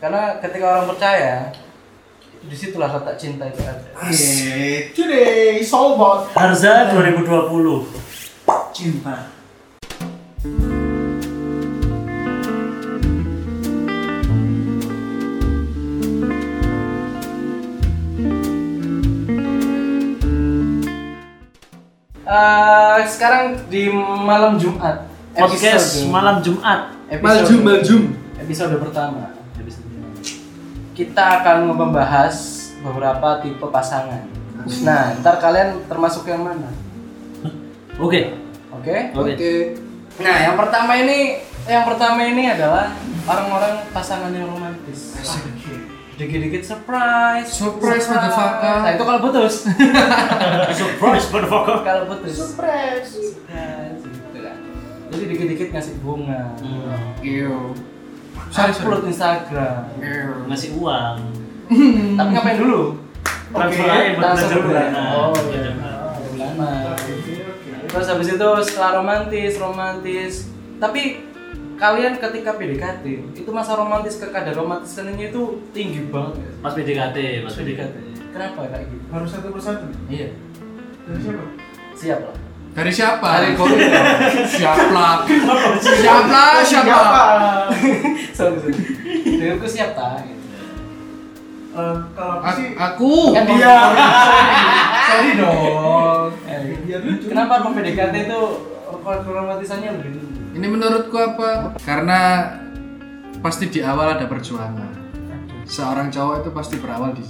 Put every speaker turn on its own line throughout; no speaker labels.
Karena ketika orang percaya, disitulah letak cinta itu ada.
Asik. Today, it's all about
Arza 2020.
cinta.
Eh, sekarang di malam Jumat.
Podcast
episode-
malam Jumat.
episode-
Maljum, maljum.
Episode pertama. Kita akan membahas beberapa tipe pasangan. Nah, ntar kalian termasuk yang mana?
Oke.
Oke?
Oke.
Oke.
Nah, yang pertama ini, yang pertama ini adalah orang-orang pasangan yang romantis. Dikit-dikit surprise,
Surprise, motherfucker.
Nah, itu kalau putus.
Surprise motherfucker.
kalau putus. Surprise. Surprise. Gitu kan. Jadi dikit-dikit ngasih bunga.
Hmm.
Ew. Sorry, sorry.
Upload Instagram.
Hmm.
Ew.
Ngasih uang.
Tapi ngapain dulu?
Transfer aja Iya, buat belajar bulanan.
Oh,
Belajar
iya.
bulanan.
Belajar bulanan. Terus habis itu setelah romantis, romantis. Tapi kalian ketika PDKT, itu masa romantis ke kadar romantisnya itu tinggi banget. ya?
Mas PDKT, Mas
PDKT.
PDKT.
Kenapa kayak gitu?
Harus satu persatu.
Iya.
Dari siapa?
Siap lah.
Dari siapa?
Dari Korea.
siap lah. siap
Ah,
lah, siap lah.
Sorry, sorry. Dengan aku siap tak? Gitu.
Eh, Kalau aku sih,
A- aku.
Iya.
Kan
dia.
kalau-
sorry dong.
Eh,
Biar lucu.
Kenapa orang PDKT itu kalau romantisannya lebih tinggi?
Ini menurutku apa? Karena pasti di awal ada perjuangan. Seorang cowok itu pasti berawal di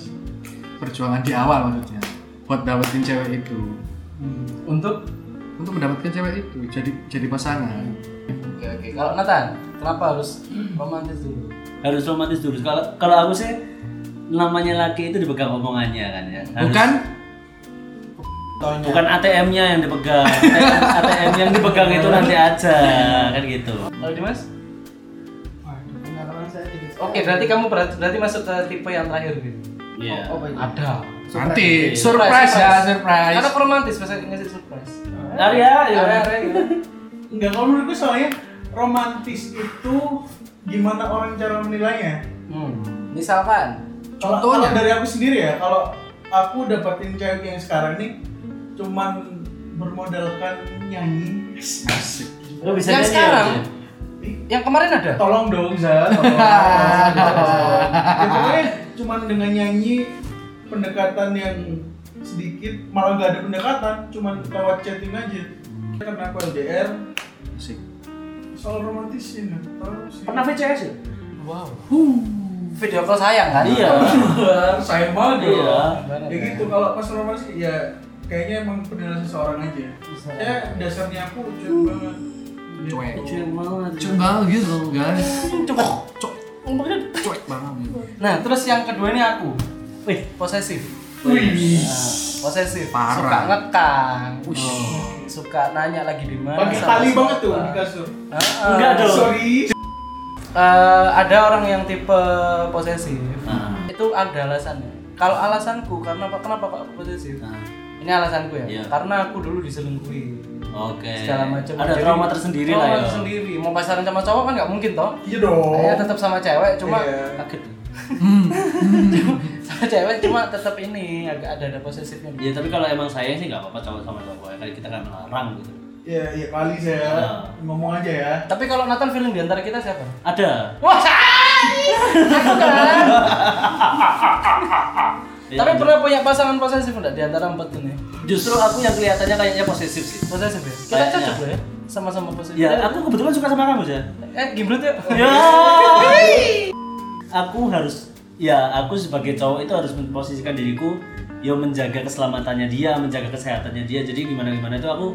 perjuangan di awal maksudnya. Buat dapetin cewek itu.
Untuk
Untuk mendapatkan cewek itu jadi jadi pasangan.
Oke oke. Kalau Nathan, kenapa harus romantis dulu?
Harus romantis dulu. Kalau kalau aku sih namanya laki itu dipegang omongannya kan ya. Harus-
Bukan?
bukan ATM-nya yang dipegang. ATM yang dipegang itu nanti aja kan gitu.
Kalau Dimas?
Waduh, pengalaman saya tidak-
Oke, berarti kamu berat- berarti masuk ke tipe yang terakhir gitu.
Iya.
Oh, baik.
Ada.
Nanti surprise, ya, surprise.
Karena aku romantis biasanya ngasih surprise.
Arya, ya.
Ada ada gitu.
Enggak, kalau menurutku soalnya romantis itu gimana orang cara menilainya.
Hmm. Misalkan
Kalau-
Contohnya?
kalau dari aku sendiri ya, kalau aku dapetin cewek yang sekarang ini cuman bermodalkan nyanyi.
Asik.
Lo
Yang
bisa nyanyi, ya,
sekarang.
Arya?
yang kemarin ada.
Tolong dong, Zal. Tolong. Ya, pokoknya cuman dengan nyanyi pendekatan yang sedikit malah nggak ada pendekatan, cuman lewat chatting aja. Karena aku LDR,
Asik.
soal romantis ini, tahu sih.
Pernah VCS ya?
Wow. Video call sayang kan?
Iya.
sayang banget ya.
Iya.
ya gitu kalau pas romantis ya kayaknya emang penilaian seseorang aja ya dasarnya aku cuek
Uh.
banget
Cuek.
Lucu yang banget.
Cuek banget gitu guys.
Coba.
Cuek banget. gitu.
Nah, terus yang kedua ini aku.
Wih.
Posesif.
Wih.
Iya.
Nah, posesif.
Parah.
Suka ngekang.
Ush.
Oh.
Suka nanya lagi di mana.
pakai
sama
tali
siapa.
banget tuh di kasur
Heeh.
Iya. Enggak dong.
sorry
Eh, ada orang yang tipe posesif.
Nah.
Itu ada alasannya. Kalau alasanku karena apa? Kenapa kok aku posesif?
Nah.
Ini alasanku ya.
Iya.
Karena aku dulu diselingkuhi.
Oke.
Segala macam.
Ada
Jadi,
trauma tersendiri lah
trauma
ya.
tersendiri. Mau pacaran sama cowok kan nggak mungkin toh.
iya dong
Saya tetap sama cewek, cuma
Iya.
Kaget.
sama cewek cuma tetap ini agak ada ada posesifnya.
Ya tapi kalau emang saya sih nggak apa-apa cowok sama cowok ya. Kayak kita kan melarang gitu.
ya ya kali saya
Nah.
Iya.
ngomong aja ya
Tapi kalau Nathan feeling di antara kita siapa?
Ada.
Wah, say! Aku kan. Tapi
Ya,
pernah punya pasangan posesif enggak di antara empat ini?
Justru aku yang kelihatannya kayaknya posesif sih.
Posesif ya? Kita
Kayaknya.
cocok loh ya? Sama-sama posesif.
Ya, aku kebetulan suka sama kamu, Jan.
Eh, gimbrut yuk.
Ya. aku harus ya, aku sebagai cowok itu harus memposisikan diriku ya menjaga keselamatannya dia, menjaga kesehatannya dia. Jadi gimana gimana itu aku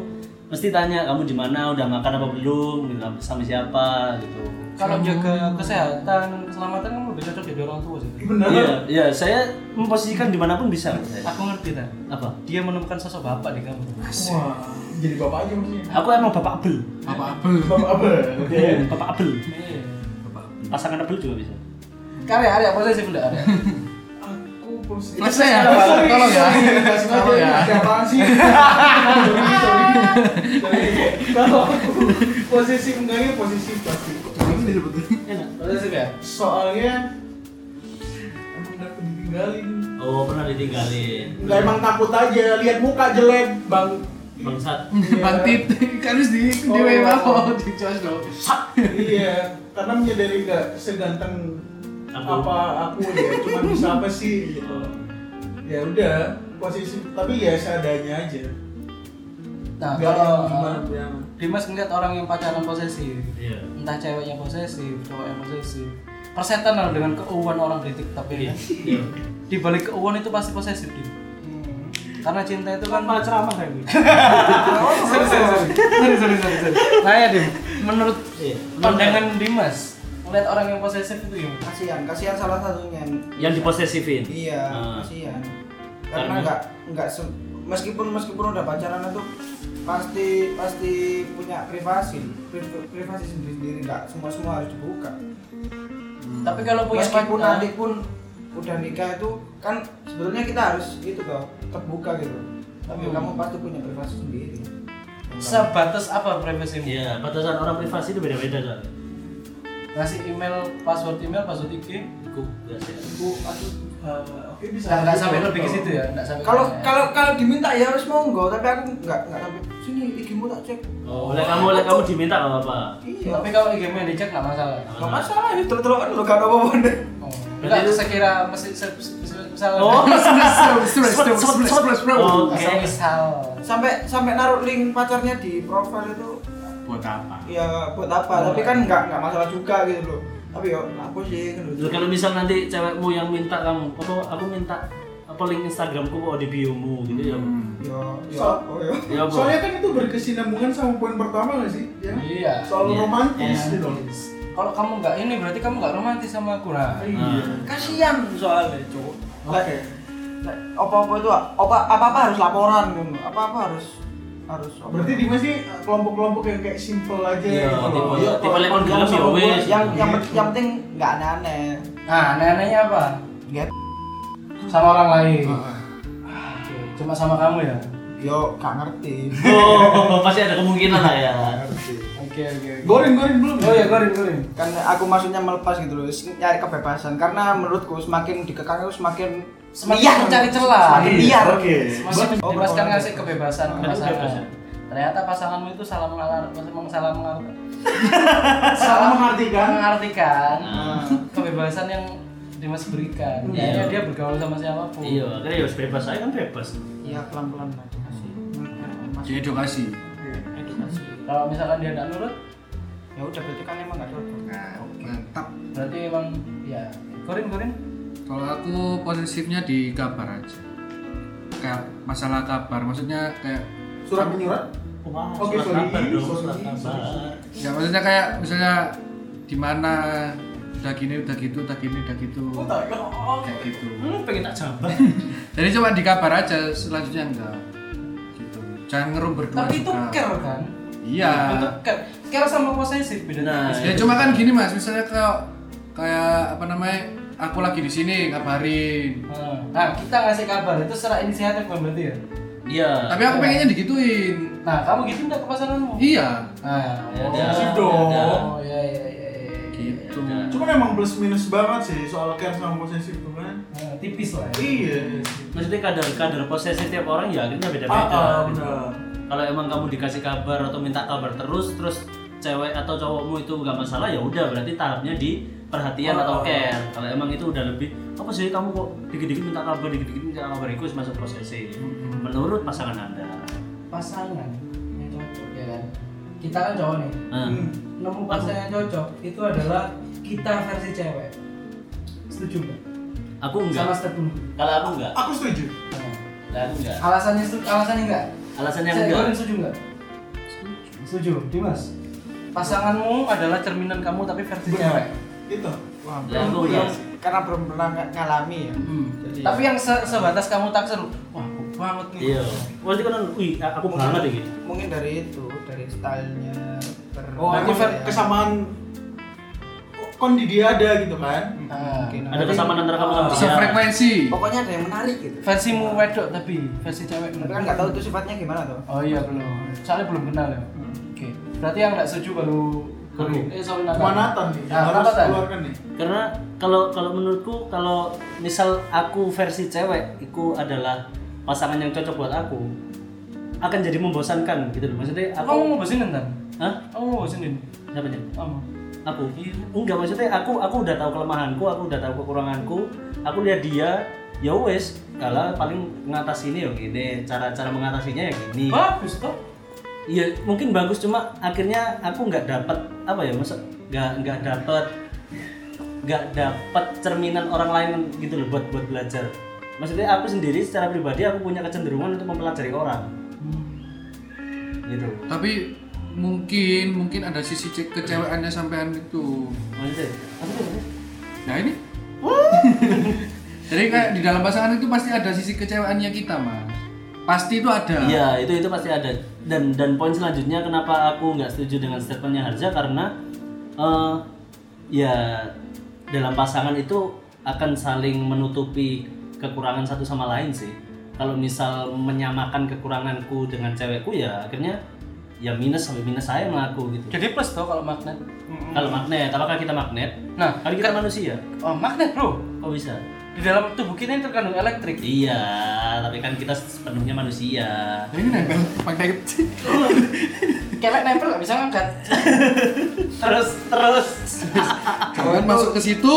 mesti tanya kamu di mana, udah makan apa belum, gitu, sama siapa gitu.
Kalau jaga kesehatan, keselamatan kamu lebih cocok jadi orang tua sih.
bener
Iya, iya, saya memposisikan dimanapun bisa. Saya.
Aku ngerti kan.
Apa?
Dia menemukan sosok bapak di kamu.
wah jadi bapak aja maksudnya
Aku emang bapak abel.
Apa abel?
bapak apa ya?
Bapak abel. Pasangan abel juga bisa.
Karya, Arya posesif enggak? Arya?
aku
Flash saya, tolong ya. Tolong ya.
Siapaan sih? Sorry, sorry. Sorry. Kalau aku posisi mengganggu posisi pasti.
Enak.
Posesif ya?
Soalnya emang takut ditinggalin.
Oh, pernah ditinggalin.
Enggak emang takut aja lihat muka jelek bang.
Bangsat.
Iya.
Pantit kan harus di
Oh.
di WA mau oh, di charge dong.
Iya, karena menyadari nggak seganteng
Aku.
apa aku ya, cuma bisa apa sih gitu. Ya udah, posisi tapi ya seadanya aja.
Nah,
Nggak
kalau
yang gimana yang
Dimas ngeliat orang yang pacaran posesif,
Iya.
entah ceweknya posesif, cowoknya posesif. Persetan lah dengan keuuan orang di TikTok ya.
Iya.
kan? Di balik keuuan itu pasti posesif Dim. Karena cinta itu kan
Malah ceramah kayak gitu.
sorry, sorry, sorry. Sorry, sorry, sorry, sorry. Nanya Dim, menurut
Iya.
pandangan Dimas, ngeliat orang yang posesif itu ya. gimana?
kasihan kasihan salah satunya
Yang diposesifin.
iya
Ah.
kasihan
Karena-
karena nggak nggak se- meskipun meskipun udah pacaran itu pasti pasti punya privasi Pri- privasi sendiri sendiri nggak semua semua harus dibuka
Tapi kalau punya
meskipun
pacar-
nanti pun udah nikah itu kan sebetulnya kita harus gitu loh terbuka gitu tapi
Hmm.
kamu pasti punya privasi sendiri
sebatas apa privasimu?
Iya, batasan orang privasi itu beda-beda soalnya.
Ngasih email, password email, password IG,
Aku biasa.
aku aduh eh,
Oke, bisa
nggak nggak
aja
sampai
gitu.
lebih ke situ ya, nggak sampai. ke
kalau
sana ya.
kalau kalau diminta ya harus monggo tapi aku nggak nggak sampai sini igimu tak cek
Oh, oleh kamu oleh kamu diminta nggak apa-apa.
iya
tapi kalau IG nya dicek nggak masalah.
nggak masalah itu terus-terusan lo gak apa-apa deh
Oh,
Berarti
Enggak,
itu-
sekira mesi- se- se- se- misalnya.
Oh,
Oh.
Misal,
oke.
misal.
sampai sampai naruh link pacarnya di profil itu
Buat apa?
ya buat apa tapi kan nggak nggak masalah juga gitu loh tapi yo aku sih kan
Loh, kalau misal nanti cewekmu yang minta kamu, apa aku minta apa link Instagramku kok di biomu gitu ya.
yo yo
So-
oh yo
Ya, Bro.
Soalnya kan itu berkesinambungan sama poin pertama nggak sih? Ya.
Iya.
Soal
Iya.
romantis
Iya.
gitu.
Kalau kamu nggak ini berarti kamu nggak romantis sama aku
Ah.
nah.
Iya.
kasian soalnya cowok
Oke.
apa apa itu apa apa apa harus laporan gitu apa apa harus harus apa-
Berarti Dimas sih kelompok-kelompok yang kayak simple aja
Iya,
gitu
tipe-
Iya,
tipe lemon
kalau
gelap ya,
sama
wes.
yang yang,
Gitu.
yang penting nggak aneh-aneh
Nah, aneh-anehnya apa?
Nggak-
Sama orang lain. Ah, Cuma sama kamu ya.
yo gak ngerti
Oh, pasti ada kemungkinan lah ya.
Hmm.
Oke, oke. oke.
Goreng goreng belum.
Oh ya, gorin, gorin.
kan aku maksudnya melepas gitu loh nyari kebebasan karena menurutku semakin dikekang itu semakin
Semakin
liar.
mencari celah. Iya.
semakin liar
Iya. Oke.
Masih
Oh,
bebaskan
berkomunikasi.
ngasih kebebasan ke
Kan
pasangan.
kebebasan.
Ternyata pasanganmu itu salah mengalar, memang salah mengalar,
Salah mengartikan.
mengartikan
Ah.
kebebasan yang Dimas berikan.
Iya.
Akhirnya dia bergaul sama siapapun.
Iya, akhirnya ya harus bebas saya kan bebas.
Iya pelan-pelan aja kasih.
Di edukasi.
Edukasi.
Kalau misalkan dia nggak nurut,
Ya udah berarti kan emang nggak cocok.
Nah, mantap.
berarti emang ya korin korin.
Kalau aku posesifnya di kabar aja. Kayak masalah kabar, maksudnya kayak
Surat menyurat. Oke,
Surat
sorry.
kabar dong,
Sorry,
surat
sorry,
kabar.
ya maksudnya kayak misalnya di mana udah gini udah gitu udah gini udah gitu
Oh,
kayak gitu
ya, Hmm, pengen tak jambak.
jadi coba di kabar aja selanjutnya enggak gitu jangan ngerum berdua
Tapi itu
juga.
care kan?
iya
Itu care. Care sama posesif beda.
Nah,
ya cuma kan gini mas misalnya kalau kayak apa namanya aku lagi di sini ngabarin
Nah, Nah, kita ngasih kabar itu secara inisiatif kan berarti ya.
Iya.
tapi aku pengennya digituin
Nah, kamu gitu nggak ke pasanganmu?
iya
Nah,
Ya
oh.
udah,
Posesif
ya
dong.
udah.
Oh, ya ya ya. ya, ya.
gitu
Ya.
Cuman emang plus minus banget sih soal care sama posesif itu kan.
Nah, tipis lah. Ya.
Iya.
Maksudnya kadar kadar posesif tiap orang ya akhirnya
Ah,
beda-beda.
ah,
gitu.
benar.
Kalau emang kamu dikasih kabar atau minta kabar terus terus cewek atau cowokmu itu nggak masalah ya udah berarti tahapnya di perhatian
Ah.
atau care. Kalau emang itu udah lebih apa sih kamu kok dikit-dikit minta kabar, dikit-dikit minta kabar itu masuk posesif.
Hmm.
Menurut pasangan Anda.
pasangan yang cocok ya kan kita kan cowok nih
Nah,
Hmm.
nemu pasangan yang cocok itu adalah kita versi cewek setuju nggak sama
aku enggak.
setuju
Kalau aku enggak.
Aku setuju.
Kalau aku enggak.
alasannya setuju alasannya enggak
Alasan yang
Saya
enggak.
goreng setuju nggak setuju Dimas pasanganmu adalah cerminan kamu tapi versi
Benar.
cewek
Itu. Wah.
Ya, aku enggak.
Karena belum pernah ng- ngalami ya. Jadi
tapi yang se- sebatas kamu tak seru wah aku banget nih
Iya. Pasti kan wih aku banget ini.
mungkin dari itu, dari stylenya. ter-
Oh,
Memang
itu
ya.
kesamaan kon di dia ada gitu kan
Ah.
Mungkin.
Ada kesamaan antara kamu sama
Ah.
dia.
Sefrekuensi.
Pokoknya ada yang menarik gitu.
Versimu wedok tapi versi cewek
Tapi kan
belum.
nggak tahu itu sifatnya gimana tuh.
Oh iya belum. Soalnya belum kenal ya.
Hmm.
Oke. Berarti yang nggak setuju baru
Aku.
Eh sorry Nathan.
cuma Nathan nih yang
Nah,
harus
Nathan.
keluarkan nih
karena kalau kalau menurutku kalau misal aku versi cewek itu adalah pasangan yang cocok buat aku akan jadi membosankan gitu loh maksudnya
Aku mau
aku
ngubusin Nathan.
Hah?
Aku mau ngubusin ini.
Siapa Jen?
Kamu.
aku enggak maksudnya aku aku udah tahu kelemahanku aku udah tahu kekuranganku aku lihat dia ya wes kalau paling ngatasinnya ya gini cara cara mengatasinya ya gini
Bagus toh.
Iya mungkin bagus cuma akhirnya aku nggak dapat apa ya maksud nggak nggak dapat nggak dapat cerminan orang lain gitu loh buat buat belajar. Maksudnya aku sendiri secara pribadi aku punya kecenderungan untuk mempelajari orang gitu.
Tapi mungkin mungkin ada sisi ce- kecewaannya sampean itu.
Maksudnya apa tuh?
Nah ini. Jadi kayak di dalam pasangan itu pasti ada sisi kecewaannya kita, Mas. Pasti itu ada.
Iya itu itu pasti ada dan dan poin selanjutnya kenapa aku nggak setuju dengan statementnya Harja karena eh, ya dalam pasangan itu akan saling menutupi kekurangan satu sama lain sih kalau misal menyamakan kekuranganku dengan cewekku ya akhirnya ya minus sampai minus saya mengaku gitu
Jadi plus toh kalau magnet.
kalau magnet apakah kita magnet
Nah,
kan kita manusia
oh, magnet bro.
kok bisa
Di dalam tubuh kita ini terkandung elektrik.
iya tapi kan kita sepenuhnya manusia
Nah, ini nempel pakai kecil.
Kelek nempel nggak bisa ngangkat.
terus terus
Jangan masuk ke situ.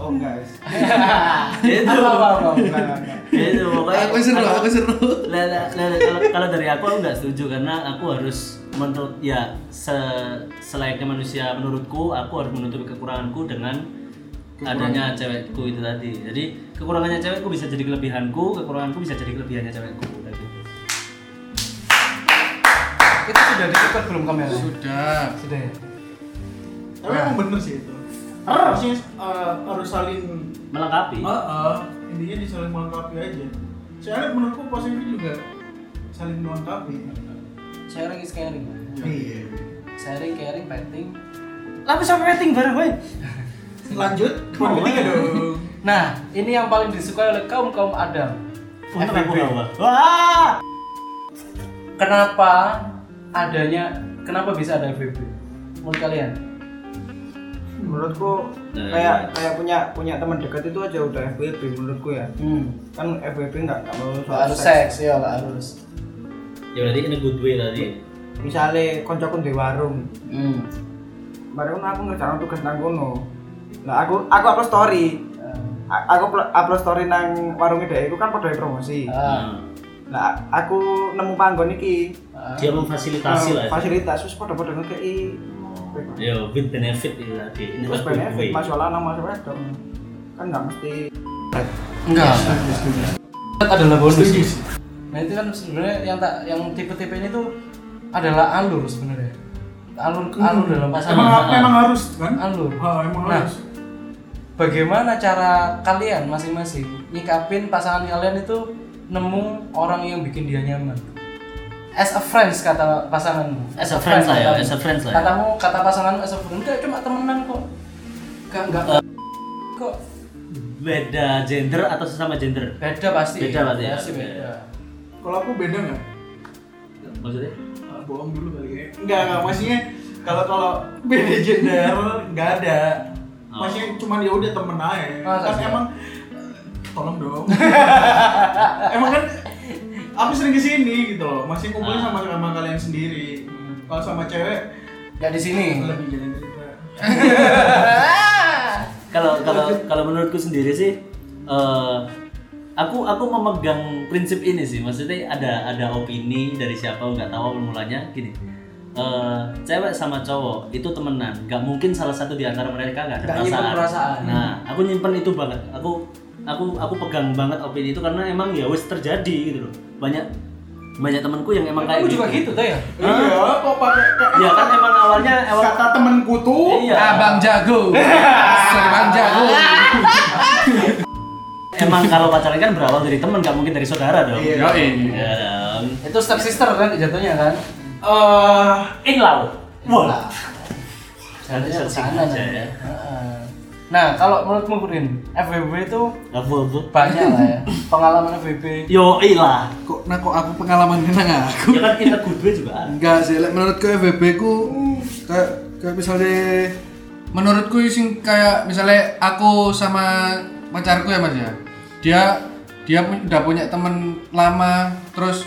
Oh guys.
itu
Enggak, enggak,
itu
enggak.
Gitu, pokoknya
Aku seru, aku seru.
Lah, lah, lah, lah, kalau, kalau dari aku aku nggak setuju karena aku harus menurut ya se, selayaknya manusia menurutku aku harus menutupi kekuranganku dengan adanya cewekku itu tadi jadi kekurangannya cewekku bisa jadi kelebihanku kekuranganku bisa jadi kelebihannya cewekku gitu. tadi
Itu sudah ditukar belum kamera?
Sudah.
Sudah ya.
tapi
Nah.
emang bener sih itu harusnya eh, harus saling
melengkapi
Heeh, intinya di saling melengkapi aja. Soalnya menurutku positif juga saling melengkapi.
Sharing is caring.
Iya.
Sharing caring penting.
lalu sampai rating bareng woi
Lanjut, poin ketiga dong.
Nah, ini yang paling disukai oleh kaum kaum Adam.
untung aku bawa wah
Kenapa adanya? Kenapa bisa ada FBB? Menurut kalian?
Menurutku
Nah,
kayak kayak punya punya teman dekat itu aja udah FBB menurutku ya.
Hmm.
Kan FBB nggak nggak perlu soal
Harus seks ya, nggak harus.
ya berarti ini good way tadi
Misalnya koncoku di warung,
Hmm.
baru aku ngerjain tugas nang kono. Nah aku aku upload story. A- aku pl- upload story nang warung dhek iku kan padha promosi.
Ah.
Nah aku nemu panggon iki.
Ah.
Hmm. dia memfasilitasi
Eh,
lah ya.
Fasilitas wis padha-padha ngekeki.
ya with benefit itu tadi ini lah
Terus
good
benefit
way
masalah nama masalah dong. Kan nggak mesti
Enggak. adalah bonus. Nah itu kan sebenarnya yang tak yang tipe-tipe ini tuh adalah alur sebenarnya. Alur alur dalam
Emang
pasangan. Ah,
apa emang harus kan?
Alur.
Ah, emang
Nah.
harus.
Bagaimana cara kalian masing-masing nyikapin pasangan kalian itu nemu orang yang bikin dia nyaman? As a friends kata pasanganmu.
As a friends lah ya,
katamu.
as a friends lah ya.
Katamu kata pasanganmu as a friends enggak cuma temenan kok. Enggak enggak
Eh.
kok
beda gender atau sesama gender
beda pasti.
Beda pasti ya,
Pasti
oke.
beda.
Kalau aku beda nggak?
maksudnya
Ah, bohong dulu kali ya. Enggak enggak maksudnya kalau kalau beda gender nggak ada.
Oh.
Maksudnya cuman ya udah temen aja.
Masa
Kan
sih?
emang tolong dong. emang kan aku sering kesini gitu loh. Masih kumpul sama sama kalian sendiri. Kalau sama cewek
Enggak di sini.
lebih jalan cerita.
kalau kalau kalau menurutku sendiri sih eh, aku aku memegang prinsip ini sih maksudnya ada ada opini dari siapa nggak tahu awal mulanya gini eh, cewek sama cowok itu temenan nggak mungkin salah satu di antara mereka nggak ada
Nggak nyimpen
perasaan.
perasaan.
nah aku nyimpen itu banget aku aku aku pegang banget opini itu karena emang ya wes terjadi gitu loh banyak banyak temanku yang emang kayak
Kamu juga gitu tuh ya?
Iya, kok pakai kayak
ya kan emang awalnya awal
kata temanku tuh.
iya
Abang jago. Abang jago.
Iya. emang kalau pacaran kan berawal dari teman nggak mungkin dari saudara dong
Yo,
Iya dong.
Itu step sister kan jatuhnya kan?
Eh,
Ing lau. Wah.
Jalannya ke
Searching
sana
aja
Iya, nanti.
ya.
Heeh. Nah, kalau menurutmu Gurin, FWB itu
Apa-apa.
banyak lah ya pengalaman FWB.
Yo ilah.
Kok nah kok aku pengalaman kenang aku?
Ya kan kita good way juga. ada.
Enggak sih, like, menurutku FBB ku kayak kayak misalnya menurutku sing kayak misalnya aku sama pacarku ya Mas ya. Dia dia pu- udah punya temen lama terus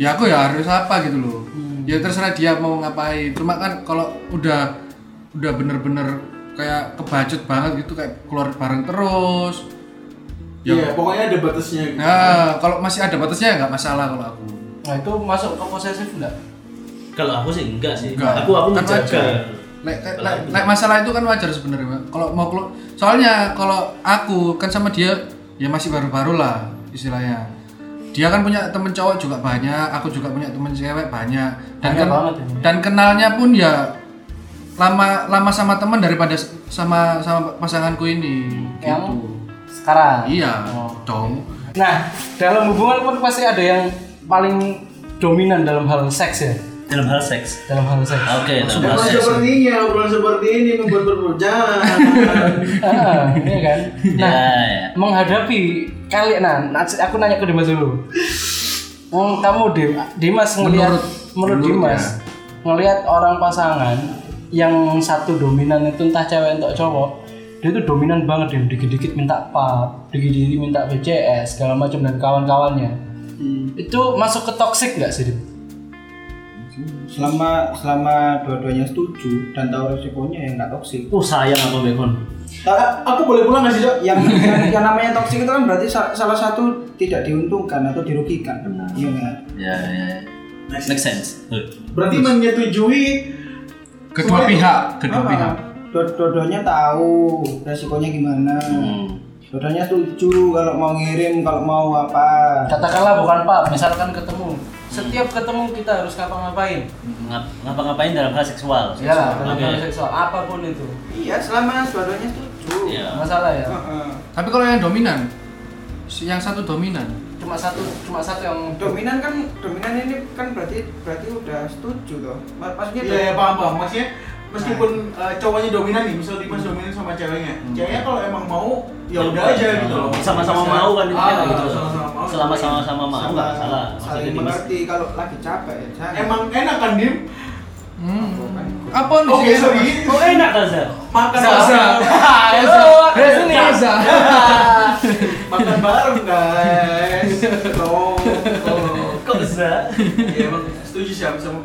ya aku ya harus apa gitu loh. Ya terserah dia mau ngapain. Cuma kan kalau udah udah bener-bener kayak kebacut banget gitu kayak keluar bareng terus. Ya.
Iya, pokoknya ada batasnya gitu.
Nah, kalau masih ada batasnya nggak masalah kalau aku.
Nah, itu masuk ke posesif enggak?
Kalau aku sih enggak sih.
Enggak.
Aku aku
Kan wajar.
menjaga.
Lek, lek- lek- lek masalah itu kan wajar sebenarnya Pak. kalau mau kelu- soalnya kalau aku kan sama dia ya masih baru-baru lah istilahnya dia kan punya temen cowok juga banyak aku juga punya temen cewek banyak dan
Banyak banget ini.
dan kenalnya pun ya lama lama sama temen daripada s- sama sama pasanganku ini
Yang
gitu
sekarang.
iya
Oh.
dong
Nah, dalam hubungan pun pasti ada yang paling dominan dalam hal seks ya.
Dalam hal seks.
Dalam hal seks.
Oke, dalam hal
Obrolan
seks.
sepertinya, obrolan seperti ini membuat berbicara.
Ah, iya kan?
Ya,
Nah,
ya.
menghadapi kali nah, nah, aku nanya ke Dimas dulu. Wong kamu Dim- Dimas ngelihat menurut,
Menurut- menurut ya.
Dimas ngelihat orang pasangan yang satu dominan itu entah cewek atau cowok dia itu dominan banget Dim, dikit-dikit minta pap, dikit-dikit minta BCS, segala macam dan kawan-kawannya. Itu masuk ke toxic nggak sih? Dim?
selama selama dua-duanya setuju dan tahu resikonya ya nggak toksik
Oh sayang apa Bekon?
Ta-
aku boleh pulang nggak sih, Cok?
yang, yang yang namanya toksik itu kan berarti sa- salah satu tidak diuntungkan atau dirugikan iya nggak
Ya, ya. ya. Make sense. Tuh.
Berarti menyetujui
kedua
Semua-
pihak kedua
Ah,
pihak
dua- dua-duanya tahu resikonya gimana
Hmm.
dua-duanya setuju kalau mau ngirim kalau mau apa
Katakanlah bukan pap, misalkan ketemu. Setiap ketemu kita harus ngapa-ngapain.
Ngap- ngapa-ngapain dalam hal seksual?
Ya, dalam hal
Oke.
seksual apapun itu.
iya selama dua-duanya setuju
Iya.
Ya.
Masalah ya.
Heeh.
tapi kalau yang dominan si- yang satu dominan
cuma satu cuma satu yang
dominan kan dominan ini kan berarti berarti udah setuju loh Ma- maksudnya
Iya, ya, paham, paham. Maksudnya meskipun eh,
Nah.
cowoknya dominan nih, misal Dimas dominan sama ceweknya.
Hmm.
Ceweknya kalau emang mau ya udah aja gitu loh.
kan, Sama-sama
Masalah.
mau kan intinya
Ah,
kayak gitu.
Sama-sama mau.
Selama sama-sama mau
Sama-
nggak salah. Maksudnya
saling
di mas-
mengerti kalau lagi capek ya jangan.
Emang enak kan, Dim?
hmm.
Bukan.
apa nih
Oke,
sih?
iya, sorry.
Oh enak Kaza.
Makan
Zaza.
bareng.
Dari sini.
Makan bareng, guys. Tuh. tuh.
Kok Za?
Iya, emang setuju sih aku sama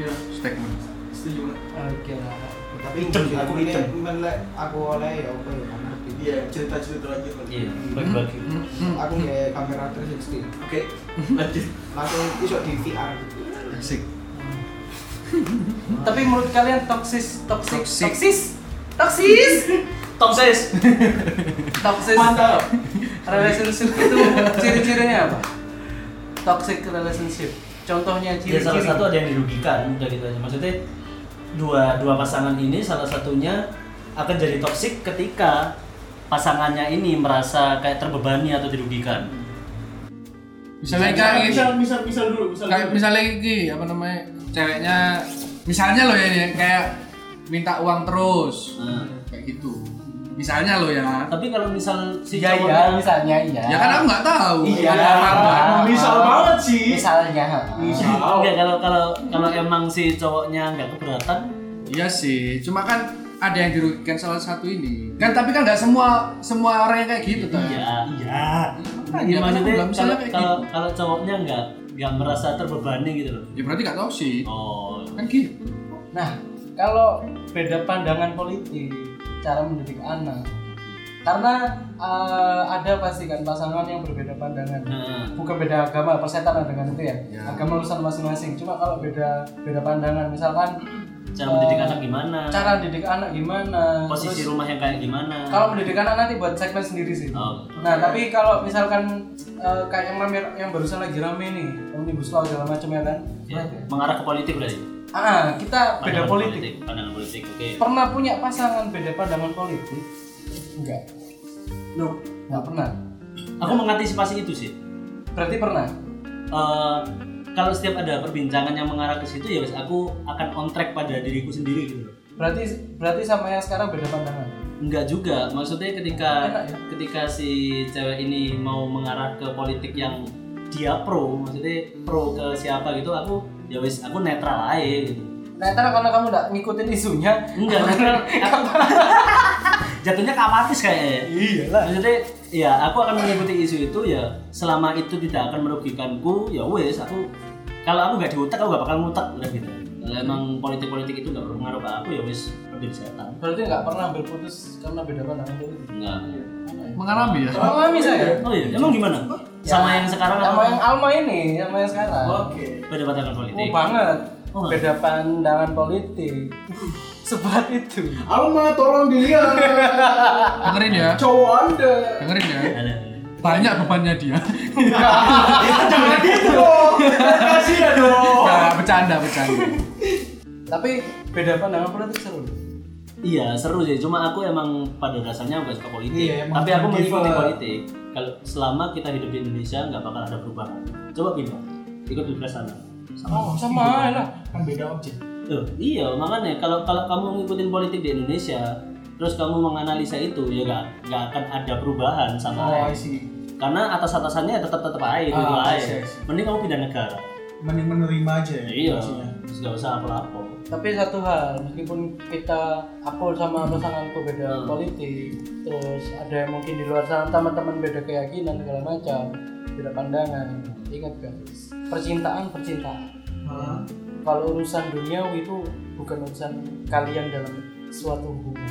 Iya,
Statement.
setuju banget.
oke lah
tapi
Icem,
ini-
aku
ini
icem.
melek- aku oleh ya apa ya nggak ngerti. Hmm.
Iya, cerita-cerita aja gitu. kali.
Iya, bagi-bagi.
aku kayak kamera 360
Oke, lanjut.
langsung iso di VR gitu
Asik.
tapi menurut kalian toksis toksis
Toxic.
toksis toksis
Toksis.
toksis
Mantap.
relationship itu ciri-cirinya apa toxic relationship contohnya
Ya
ciri-ciri
salah satu ada yang dirugikan udah gitu aja. Maksudnya dua dua pasangan ini salah satunya akan jadi toksik ketika pasangannya ini merasa kayak terbebani atau dirugikan.
Misalnya kayak gitu,
misal, misal, misal dulu, misal.
kayak
dulu.
misalnya gini apa namanya ceweknya misalnya loh ya ya, kayak minta uang terus
Hmm.
kayak gitu misalnya loh ya
Tapi kalau misal si
iya iya
cowoknya-
misalnya iya
ya kan aku nggak tahu kan?
Iya.
Apa-apa.
Ah, misal banget sih.
misalnya
Iya.
Misal.
Enggak, kalau kalau kalau emang si cowoknya nggak keberatan,
iya sih cuma kan ada yang dirugikan salah satu ini kan tapi kan nggak semua semua orang yang kayak gitu tuh
iya. Iya.
Iya,
maksudnya
kan?
kalau
Misalnya kayak
kalau,
gitu.
kalau cowoknya nggak nggak merasa terbebani gitu loh.
ya berarti nggak tahu sih
Oh.
kan gitu
nah kalau beda pandangan politik cara mendidik anak karena eh, ada pasti kan pasangan yang berbeda pandangan
Nah,
bukan beda agama persetanan dengan itu ya,
Ya.
agama urusan masing-masing cuma kalau beda beda pandangan misalkan
cara mendidik
Eh,
anak gimana?
cara mendidik anak gimana
Posisi
terus
rumah yang kayak gimana?
kalau mendidik anak nanti buat segmen sendiri sih
Oh.
nah tapi kalau misalkan eh, kayak yang rame, yang barusan lagi rame nih omnibus law segala macam ya kan
Ya, mengarah ke politik berarti.
ah kita beda
Pandangan
politik.
Pandangan politik. Oke.
pernah punya pasangan beda pandangan politik enggak
no
enggak pernah
Aku mengantisipasi itu sih.
berarti pernah
Eh, kalau setiap ada perbincangan yang mengarah ke situ ya wes aku akan on track pada diriku sendiri gitu loh.
berarti berarti sama yang sekarang beda pandangan
Enggak juga, maksudnya ketika
Enak ya?
ketika si cewek ini mau mengarah ke politik yang dia pro, maksudnya pro ke siapa gitu, aku ya wis aku netral aja gitu.
nah ntar karena kamu nggak ngikutin isunya
Enggak netral. aku- Jatuhnya ke apatis kayaknya.
iyalah
Maksudnya ya aku akan mengikuti isu itu ya selama itu tidak akan merugikanku ya wis aku kalau aku nggak diutak aku nggak bakal ngutak udah gitu.
Hmm.
Kalau emang politik-politik itu nggak berpengaruh ke aku ya wis berdiri setan.
berarti nggak pernah ambil putus karena beda pandangan politik
Enggak.
mengalami ya
mengalami saya
Oh iya, emang gimana? Sama yang sekarang
Ya, sama
apa?
yang Alma ini sama yang sekarang
Oke.
Perdebatan
Oh
politik.
banget.
Oh.
Beda pandangan politik. Seberat itu.
Alma tolong dilihat
dengerin ya
cowok Anda.
dengerin ya
Ada.
banyak bebannya dia
Jangan gitu dong. Kasih ya dong.
nah, bercanda bercanda
Tapi beda pandangan politik seru.
Iya, seru sih. Cuma aku emang pada dasarnya gak suka politik.
Iya, emang
Tapi aku
believer.
mengikuti politik. Kalau selama kita hidup di Indonesia nggak bakal ada perubahan. Coba pindah, ikut pilpres sana.
Oh, sama enak.
Kan beda objek.
Loh, iya makanya kalau kalau kamu ngikutin politik di Indonesia, terus kamu menganalisa itu ya nggak nggak akan ada perubahan sama
Oh, I
aja.
see.
Karena atas atasannya tetap tetap aja, itu
Ah, I
aja.
see, I see.
Mending kamu pindah negara.
Mending menerima aja ya.
Iya,
maksudnya.
terus nggak usah apa-apa.
Tapi satu hal, meskipun kita aku sama pasanganku beda
Hmm.
politik, terus ada yang mungkin di luar sana teman-teman beda keyakinan segala macam, beda pandangan. Ingat guys, percintaan percintaan.
Hmm.
Hah?
Kalau urusan duniawi itu bukan urusan kalian dalam suatu hubungan.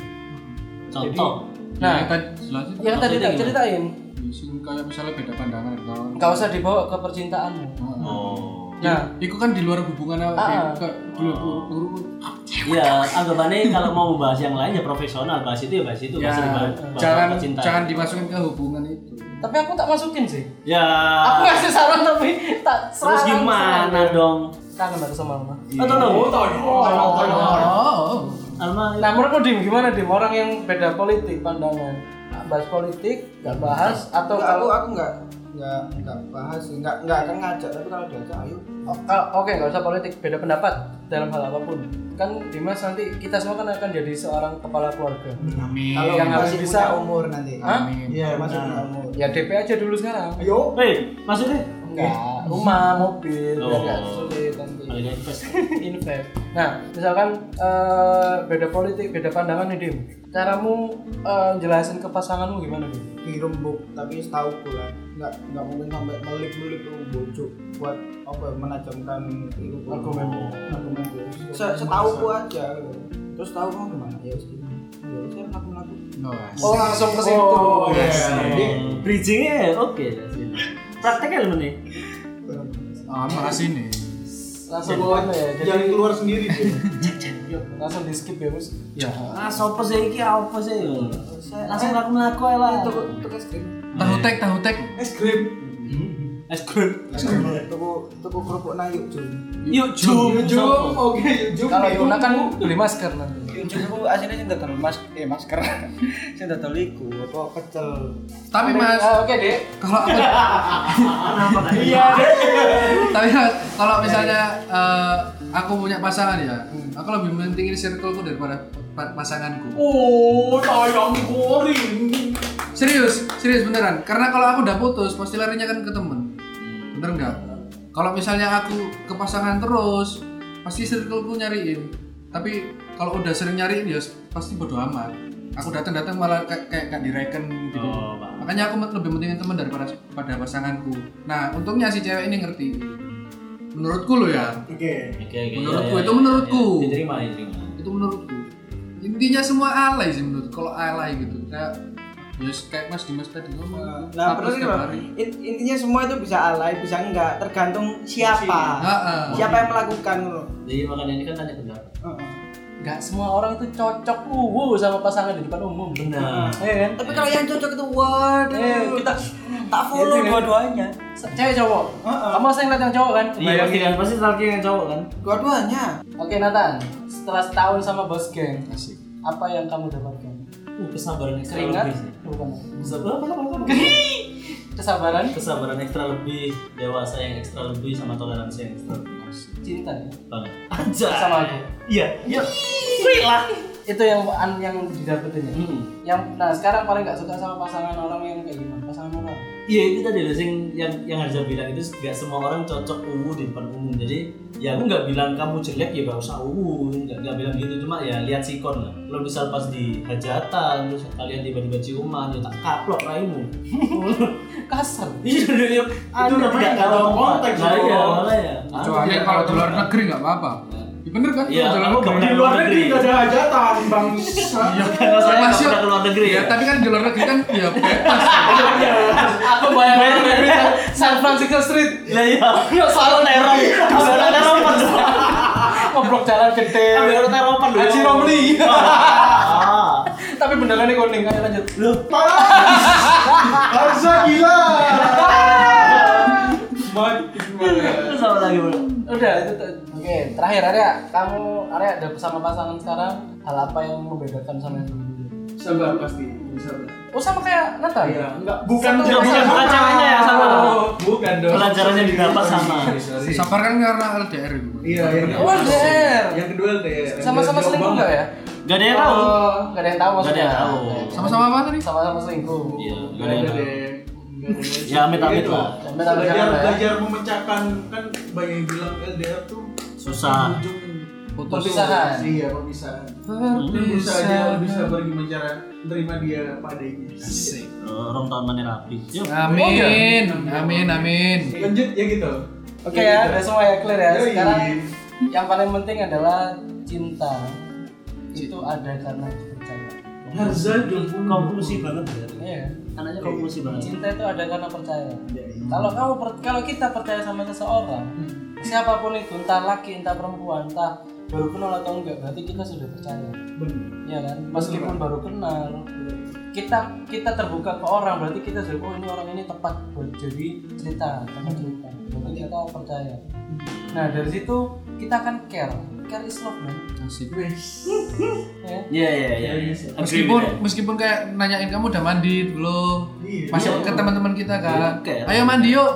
Contoh.
Nah,
nah kita jelasin
yang tadi tak ceritain,
Sing kayak misalnya beda pandangan gitu. kawan
nggak usah dibawa ke percintaanmu.
Hmm.
Oh.
Nah,
itu kan di luar hubungan apa
Ah.
Di- ke di luar hubungan
Iya, anggapannya kalau mau membahas yang lain ya profesional, bahas itu ya bahas itu,
ya
bahas itu bahas- bahas
jangan
apa cinta.
jangan dimasukin ke hubungan itu
tapi aku tak masukin sih.
Ya.
Aku ngasih saran tapi tak
Terus
saran,
gimana
saran.
dong?
Kangen aku sama Alma.
Atau lo?
Oh, tolong. Tolong, tolong.
oh
Alma. ya.
Nah, menurutmu Dim, gimana Dim? Orang yang beda politik pandangan. Nggak bahas politik, nggak bahas atau
Enggak, aku
kalau
aku nggak nggak nggak bahas sih nggak nggak akan ngajak tapi kalau diajak ayo
Oh, kalau- oke nggak usah politik, beda pendapat dalam hal apapun. Kan Dimas nanti kita semua kan akan jadi seorang kepala keluarga.
amin
kalau
yang harus
masih
bisa.
punya umur nanti
Hah?
amin
iya masih punya umur
Ya DP aja dulu sekarang.
Eh.
ayo
Weh, maksudnya?
Enggak, rumah, mobil, biar
Oh. iya.
nggak sulit nanti.
Balik lagi, Pes.
invest. Nah, misalkan eh, beda politik, beda pandangan nih, Dim. Caramu eh, jelasin ke pasanganmu gimana, Dim?
dirembuk tapi setahu aku lah nggak nggak mungkin sampai melip melip rumbuk cuk buat apa menajamkan itu
Argumen.
argumen itu setahu aku aja gitu. terus tahu mau gimana ya wis gini. ya wis kan aku laku
No,
Oh, langsung ke situ.
Oh, iya.
Hmm, Bridgingnya ya oke. Prakteknya lu nih.
ah makasih nih
Langsung gimana
Iya.
ya? Jadi
Jangan keluar sendiri dia.
yuk, langsung di skip ya, Bos.
ya
Ah, sopo sih iki apa sih? Langsung aku melaku ae lah.
tuku tuku es krim
tahu tek tahu tek
Es krim.
Es krim.
tuku tuku kerupuk nayuk cuy
Yuk, jum,
Jom, oke, jom.
Kalau
jom.
Yuna kan beli masker nanti.
Cukup aslinya sing dodol mas eh masker. Sing dodol iku apa pecel.
tapi mas
Eh, oke, Dek.
kalau aku
Iya.
tapi Mas, kalau misalnya eh, aku punya pasangan ya aku lebih mementingin circleku daripada pa- pasanganku
Oh, sayang goreng.
serius serius beneran karena kalau aku udah putus pasti larinya kan ke temen bener nggak kalau misalnya aku ke pasangan terus pasti circleku nyariin tapi kalau udah sering nyariin ya pasti bodo amat aku datang datang malah kayak kayak nggak direken gitu
Oh, Pak.
makanya aku lebih pentingin teman daripada pada pasanganku nah untungnya si cewek ini ngerti menurutku lo ya
Oke.
Oke, oke. Iya,
Menurutku, itu
iya,
menurutku.
iya. Diterima, diterima.
itu menurutku intinya semua alay sih menurut kalau alay gitu kayak ya kayak mas Dimas tadi ngomong Upload
Nah, bener sih,
setiap
Bang.
hari.
In- intinya semua itu bisa alay, bisa enggak, tergantung siapa.
Heeh.
Siapa yang melakukan ngono.
Jadi makanya ini kan tanya pendapat.
Enggak semua orang itu cocok uwu sama pasangan di depan umum.
Benar.
Iya kan?
Tapi kalau yang cocok itu waduh,
Eh,
kita tak follow dua-duanya.
Se- Cewek cowok. Kamu sering lihat yang cowok kan?
Iya, pasti kan pasti stalking yang cowok kan.
Dua-duanya.
Oke, Nathan. Setelah setahun sama bos geng,
Asik.
apa yang kamu dapatkan?
Uh, kesabaran ekstra
Keringat?
lebih sih.
Bukan.
Kesabaran apa, apa, apa?
Kesabaran,
Kesabaran ekstra lebih, dewasa yang ekstra lebih sama toleransi yang ekstra lebih.
cinta.
Banget. Anjay.
Sama aku.
Iya, iya. hilang
itu yang an- yang didapetin ya
Hmm.
yang nah sekarang paling nggak suka sama pasangan orang yang kayak gimana pasangan orang
iya itu tadi loh sing yang yang Harza bilang itu nggak semua orang cocok uwu di depan umum jadi ya aku nggak bilang kamu jelek ya gak usah uwu nggak nggak bilang gitu cuma ya lihat sikon lah lo misal pas di hajatan terus kalian tiba-tiba ciuman ya tak kaplok raimu
kasar
itu udah itu udah
namanya nggak
tidak tahu
tahu
konteks
konteks,
lah ya
Bro.
malah ya
Kecuali Iya, kalau di luar negeri nggak apa-apa. Ya bener kan?
Iya,
Kalau di
di luar
aku
luar negeri.
negeri Iya. nggak ada hajatan bangsa
karena saya nggak
Masih-
pernah ke luar negeri
Ya,
ya
tapi kan di luar negeri kan ya bebas.
aku bayangin kayak San Francisco Street
lah ya
Iya,
yuk soal teror
Ambil orang teropan loh
ngobrol jalan
Ambil
gede
orang teropan loh
Haji Romli
Ah.
tapi bendarannya kuning ayo lanjut
Loh,
Harza gila Mati gimana?
terus apa lagi bro?
udah itu tuh. oke terakhir Arya kamu Arya ada bersama pasangan sekarang hal apa yang membedakan sama yang dulu
Sabar pasti, sabar.
oh sama kayak Nata
Iya, enggak bukan
Satu
Enggak, bukan, bukan ceweknya
ya,
yang
Ah.
sama.
Bukan dong.
Pelajarannya didapat sama.
Sorry, sorry.
Sabar kan karena LDR itu.
Iya, yang
Oh, LDR.
Yang kedua LDR.
sama-sama
Yang
selingkuh
kedua
nggak ya Oh,
Gak ada yang tahu.
nggak ada yang tahu
Nggak ada
maksudnya
yang tahu.
Sama-sama apa tadi?
sama-sama selingkuh
Iya,
Bang.
gak ada yang
Nggak
tahu.
ada yang- nggak ada yang-
Ya, amit-amit
Gitu.
lah.
Amit-amit
Belajar,
jangan, ya.
belajar memecahkan kan banyak yang bilang LDR tuh
Susah.
ujung
Putus.
Perpisahan.
Iya, perpisahan. Bisa
Berpisah.
aja lebih sabar gimana cara menerima dia padanya.
Eh, Rong tahun mana rapi. Yuk.
Amin, amin, amin.
Lanjut ya gitu.
Oke ya,
Iya.
udah semua ya clear ya.
Yoi.
Sekarang yang paling penting adalah cinta itu ada karena kepercayaan.
Harza Jumbo.
Konklusi banget ya.
Iya.
Anaknya konklusi banget.
Cinta itu ada karena percaya. Kalau kamu per- kalau kita percaya sama seseorang, siapapun itu, entah laki, entah perempuan, entah baru kenal atau enggak, berarti kita sudah percaya.
Bener.
Iya kan? Meskipun baru kenal, kita kita terbuka ke orang berarti kita sudah oh ini orang ini tepat buat jadi cerita, teman cerita. Berarti kita percaya. Nah dari situ kita akan care. Care is love man.
Asik.
Ya.
Iya, iya, iya. ya.
Meskipun meskipun kayak nanyain kamu udah mandi belum?
Iya.
Masih ke teman-teman kita kan.
Oke.
Ayo mandi yuk.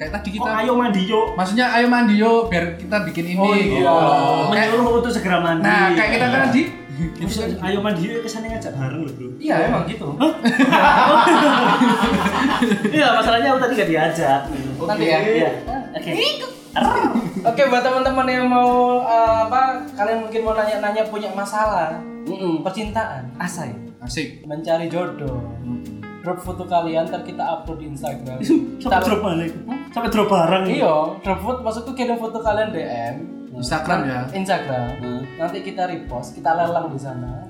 Kayak tadi kita.
Oh, ayo mandi yuk.
Maksudnya ayo mandi yuk biar kita bikin ini.
Oh, iya.
Oh, kayak-
Menyuruh untuk segera mandi. Iya.
Nah, kayak kita kan di
Terus, ayo mandi yuk kesana ngajak bareng loh, Bro.
Iya emang gitu.
Iya, masalahnya aku tadi gak diajak.
Nanti ya.
Iya. Oke.
Oke buat teman-teman yang mau eh, apa kalian mungkin mau nanya-nanya punya masalah percintaan, asai,
asik.
mencari jodoh. Drop foto kalian ntar kita upload di Instagram.
Sampai
Kita-
drop balik. Sampai drop bareng.
Iya, drop foto maksudku kirim foto kalian DM
Instagram ya.
Instagram. Nanti kita repost, kita lelang di sana.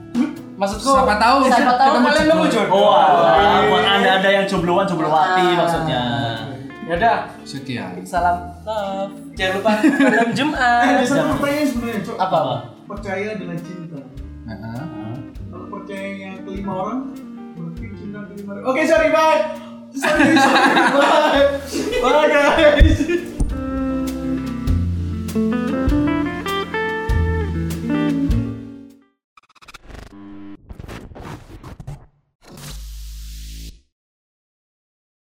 Maksudku
Siapa tahu
siapa
kita-
tahu
kita mau
kalian
jodoh.
nemu jodoh.
Oh, alah. buat anda-anda yang jombloan, jomblowati maksudnya. Iya.
Ya udah,
Sekian.
salam love. Jangan lupa malam Jumat.
Eh, Ada satu pertanyaan sebenarnya, Cok.
Apa apa?
Percaya dengan cinta.
Heeh.
Kalau percayanya kelima orang, berarti cinta kelima orang. Oke, sorry, bye. Sorry, sorry, bye. Bye, guys.